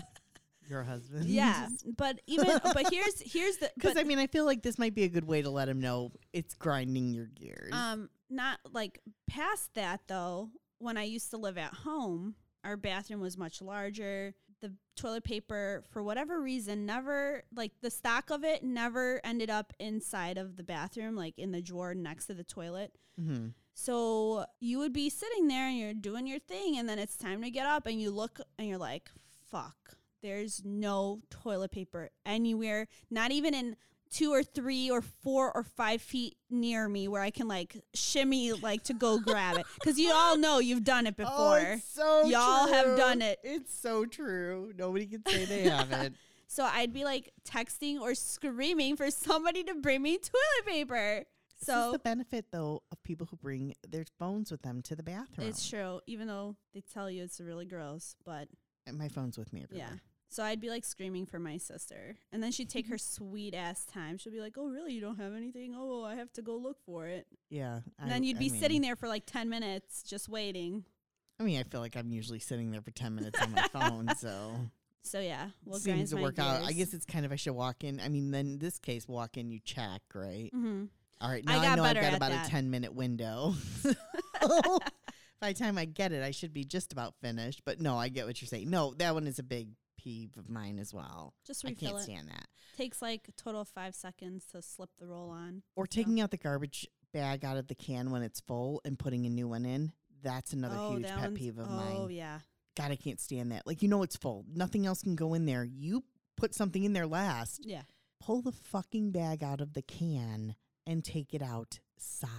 your husband?
Yeah, but even but here's here's the
Because
but,
I mean, I feel like this might be a good way to let him know it's grinding your gears.
um not like past that though. When I used to live at home, our bathroom was much larger. The toilet paper, for whatever reason, never like the stock of it never ended up inside of the bathroom, like in the drawer next to the toilet.
hmm
So you would be sitting there and you're doing your thing, and then it's time to get up, and you look and you're like, fuck, there's no toilet paper anywhere, not even in two or three or four or five feet near me where I can like shimmy like to go grab it. Cause you all know you've done it before.
Oh, it's so
Y'all have
true.
done it.
It's so true. Nobody can say they haven't.
So I'd be like texting or screaming for somebody to bring me toilet paper.
this is
So
the benefit though of people who bring their phones with them to the bathroom.
it's true, even though they tell you it's really gross, but
And my phone's with me everywhere.
Yeah. So I'd be like screaming for my sister. And then she'd take her sweet ass time. She'd be like, Oh, really? You don't have anything? Oh, well, I have to go look for it.
Yeah.
And then you'd be sitting there for like 10 minutes just waiting.
I mean, I feel like I'm usually sitting there for ten minutes on my phone, so
So yeah, well,
seems to work out. I guess
It's
it's kind of I should walk in. I mean, then in this case, walk in, you check, right?
mm-hmm.
All right,
I
now I,
got
know I've
better
got
at
about
that.
a ten minute window. By the time I get it, I should be just about finished. But no, I get what you're saying. No, that one is a big peeve of mine as well.
Just
I
refill
can't
it.
stand that.
Takes like total five seconds to slip the roll on.
Or taking out the garbage bag out of the can when it's full and putting a new one in. That's another huge
that
pet
one's-
peeve of
Oh,
mine.
yeah.
God, I can't stand that. Like, you know, it's full. Nothing else can go in there. You put something in there last.
Yeah.
Pull the fucking bag out of the can and take it outside.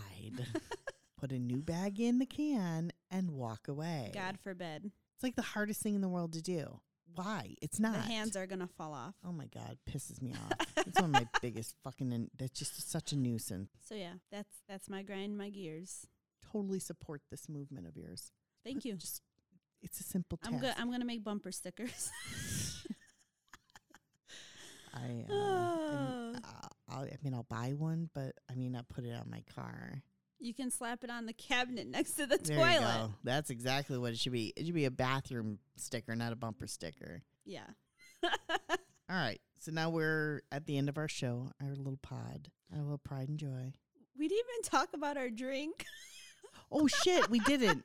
put a new bag in the can and walk away.
God forbid.
It's like the hardest thing in the world to do. Why? It's not.
The hands are going to fall off.
Oh my God, pisses me off. it's one of my biggest fucking, in- that's just such a nuisance.
So yeah, that's that's my grind, my gears.
Totally support this movement of yours.
Thank you.
Just, it's a simple task.
I'm good. I'm going to make bumper stickers.
I, uh, am-
Ah.
uh, I'll, I mean, I'll buy one, but I mean, I'll put it on my car.
You can slap it on the cabinet next to the
There you
toilet.
go. That's exactly what it should be. It should be a bathroom sticker, not a bumper sticker.
Yeah.
All right. So now we're at the end of our show, our little pod, our little pride and joy.
We didn't even talk about our drink.
Oh shit, we didn't.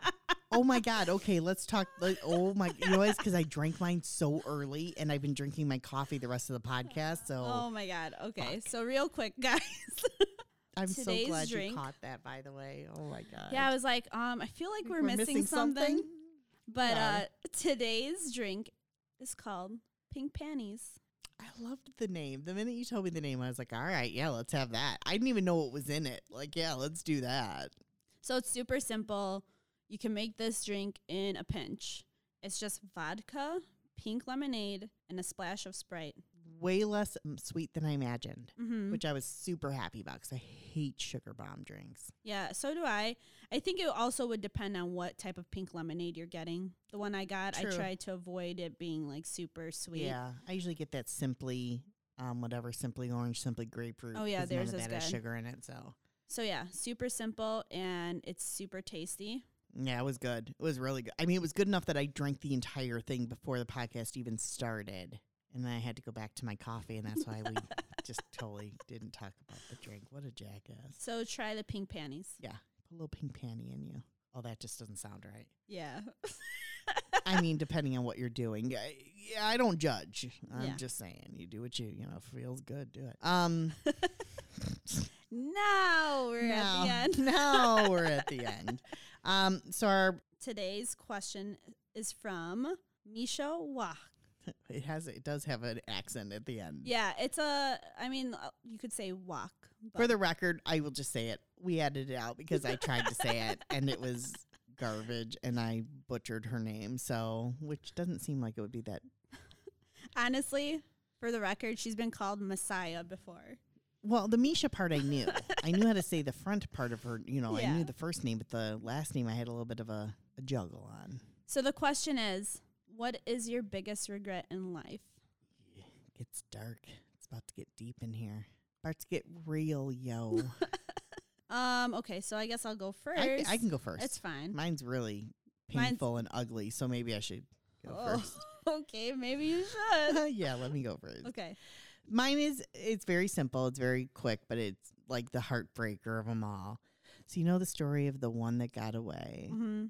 Oh my god. Okay, let's talk. Like, oh my, you know, it's because I drank mine so early, and I've been drinking my coffee the rest of the podcast. So
Oh, my god. Okay. So real quick, guys.
I'm so
today's
glad
drink-
you caught that. By the way, oh my god.
yeah, I was like, um, I feel like we're, missing, something. But uh
Sorry.
today's drink is called Pink Panties.
I loved the name. The minute you told me the name, I was like, all right, yeah, let's have that. I didn't even know what was in it. Like, yeah, let's do that.
So it's super simple. You can make this drink in a pinch. It's just vodka, pink lemonade, and a splash of Sprite.
Way less um, sweet than I imagined,
Mm-hmm.
which I was super happy about because I hate sugar bomb drinks.
Yeah, so do I. I think it also would depend on what type of pink lemonade you're getting. The one I got, I
True.
tried to avoid it being like super sweet.
Yeah, I usually get that simply, um, whatever, simply orange, simply grapefruit.
Oh, yeah,
'cause none
theirs
of
is
that has
good.
sugar in it. So
So yeah, super simple and it's super tasty.
yeah, it was good. It was really good. I mean, it was good enough that I drank the entire thing before the podcast even started, and then I had to go back to my coffee, and that's why we just totally didn't talk about the drink. What a jackass.
So try the pink panties.
Put a little pink panty in you. Oh, that just doesn't sound right.
Yeah.
I mean, depending on what you're doing. I, yeah, I don't judge. I'm
Yeah.
just saying, you do what you, you know, feels good, do it. Um
now we're at the
now-
end.
now we're at the end. Um so our
Today's question is from Misha Wach.
it has it does have an accent at the end.
Yeah, it's a. I mean, uh, you could say Wach.
For the record, I will just say it. We edited it out because I tried to say it and it was garbage and I butchered her name. So, which doesn't seem like it would be that.
honestly, for the record, she's been called Messiah before.
Well, the Misha part I knew. I knew how to say the front part of her, you know, I
Yeah.
knew the first name, but the last name I had a little bit of a, a juggle on.
So the question is, what is your biggest regret in life?
It's dark. It's about to get deep in here. About to get real, yo.
Um. Okay, so I guess I'll go first.
I, I can go first.
It's fine.
Mine's really
Mine's-
painful and ugly, so maybe I should go
Oh,
first.
okay, maybe you should.
yeah, let me go first.
okay.
Mine is it's very simple. It's very quick, but it's like the heartbreaker of them all. So you know the story of the one that got away.
hmm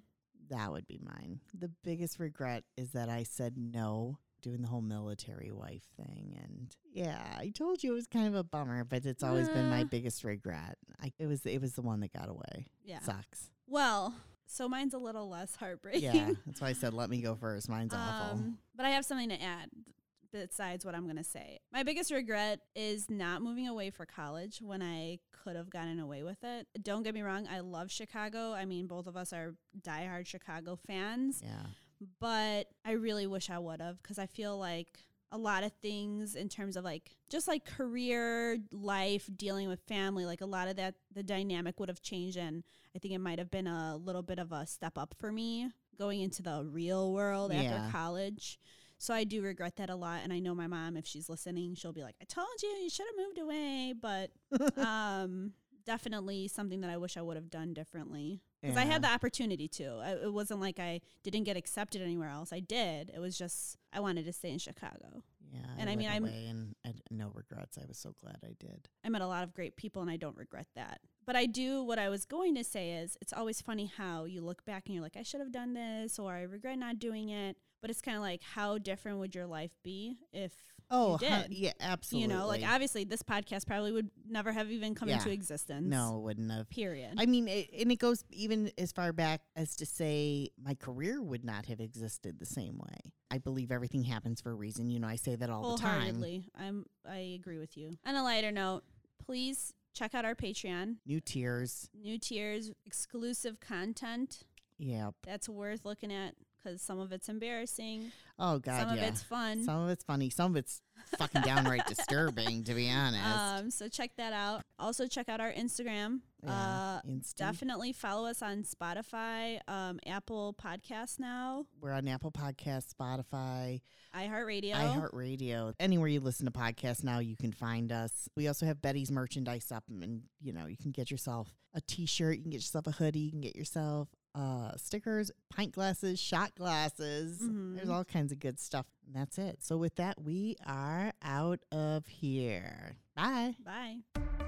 That would be mine. The biggest regret is that I said no doing the whole military wife thing and yeah, I told you it was kind of a bummer, but it's always been my
Uh.
biggest regret. I, it was it was the one that got away.
Yeah.
Sucks.
Well, so mine's a little less heartbreaking.
Yeah, that's why I said let me go first. Mine's awful.
Um, but I have something to add besides what I'm going to say. My biggest regret is not moving away for college when I could have gotten away with it. Don't get me wrong, I love Chicago. I mean, both of us are diehard Chicago fans,
Yeah.
but I really wish I would have because I feel like a lot of things in terms of like just like career, life, dealing with family, like a lot of that, the dynamic would have changed. And I think it might have been a little bit of a step up for me going into the real world
Yeah.
after college. So I do regret that a lot. And I know my mom, if she's listening, she'll be like, I told you, you should have moved away. But um, definitely something that I wish I would have done differently because I
Yeah.
had the opportunity to. I, it wasn't like I didn't get accepted anywhere else. I did. It was just I wanted to stay in Chicago.
Yeah,
And I mean,
went
I'm-
away and I d- no regrets. I was so glad I did.
I met a lot of great people, and I don't regret that. But I do. What I was going to say is, it's always funny how you look back and you're like, I should have done this, or I regret not doing it. But it's kind of like, how different would your life be if
Oh,
you did?
huh, yeah, absolutely.
You know, like obviously, this podcast probably would never have even come
Yeah.
into existence.
no, it wouldn't have.
period.
I mean, it, and it goes even as far back as to say my career would not have existed the same way. I believe everything happens for a reason. You know, I say that all the time.
Wholeheartedly, I'm. I agree with you. On a lighter note, please check out our Patreon.
New tears.
new tiers, exclusive content
Yeah.
that's worth looking at because some of it's embarrassing,
Oh God.
some
yeah.
of it's fun.
some of it's funny. Some of it's fucking downright disturbing, to be honest.
Um, so check that out. Also check out our Instagram. Uh,
Insta.
definitely follow us on Spotify, um, Apple Podcasts now,
We're on Apple Podcasts, Spotify,
iHeartRadio.
iHeartRadio. Anywhere you listen to podcasts now, you can find us. We also have Betty's merchandise up, and you know you can get yourself a T-shirt, you can get yourself a hoodie, you can get yourself uh, stickers, pint glasses, shot glasses. There's
Mhm.
all kinds of good stuff. And that's it. So with that, we are out of here. Bye.
Bye.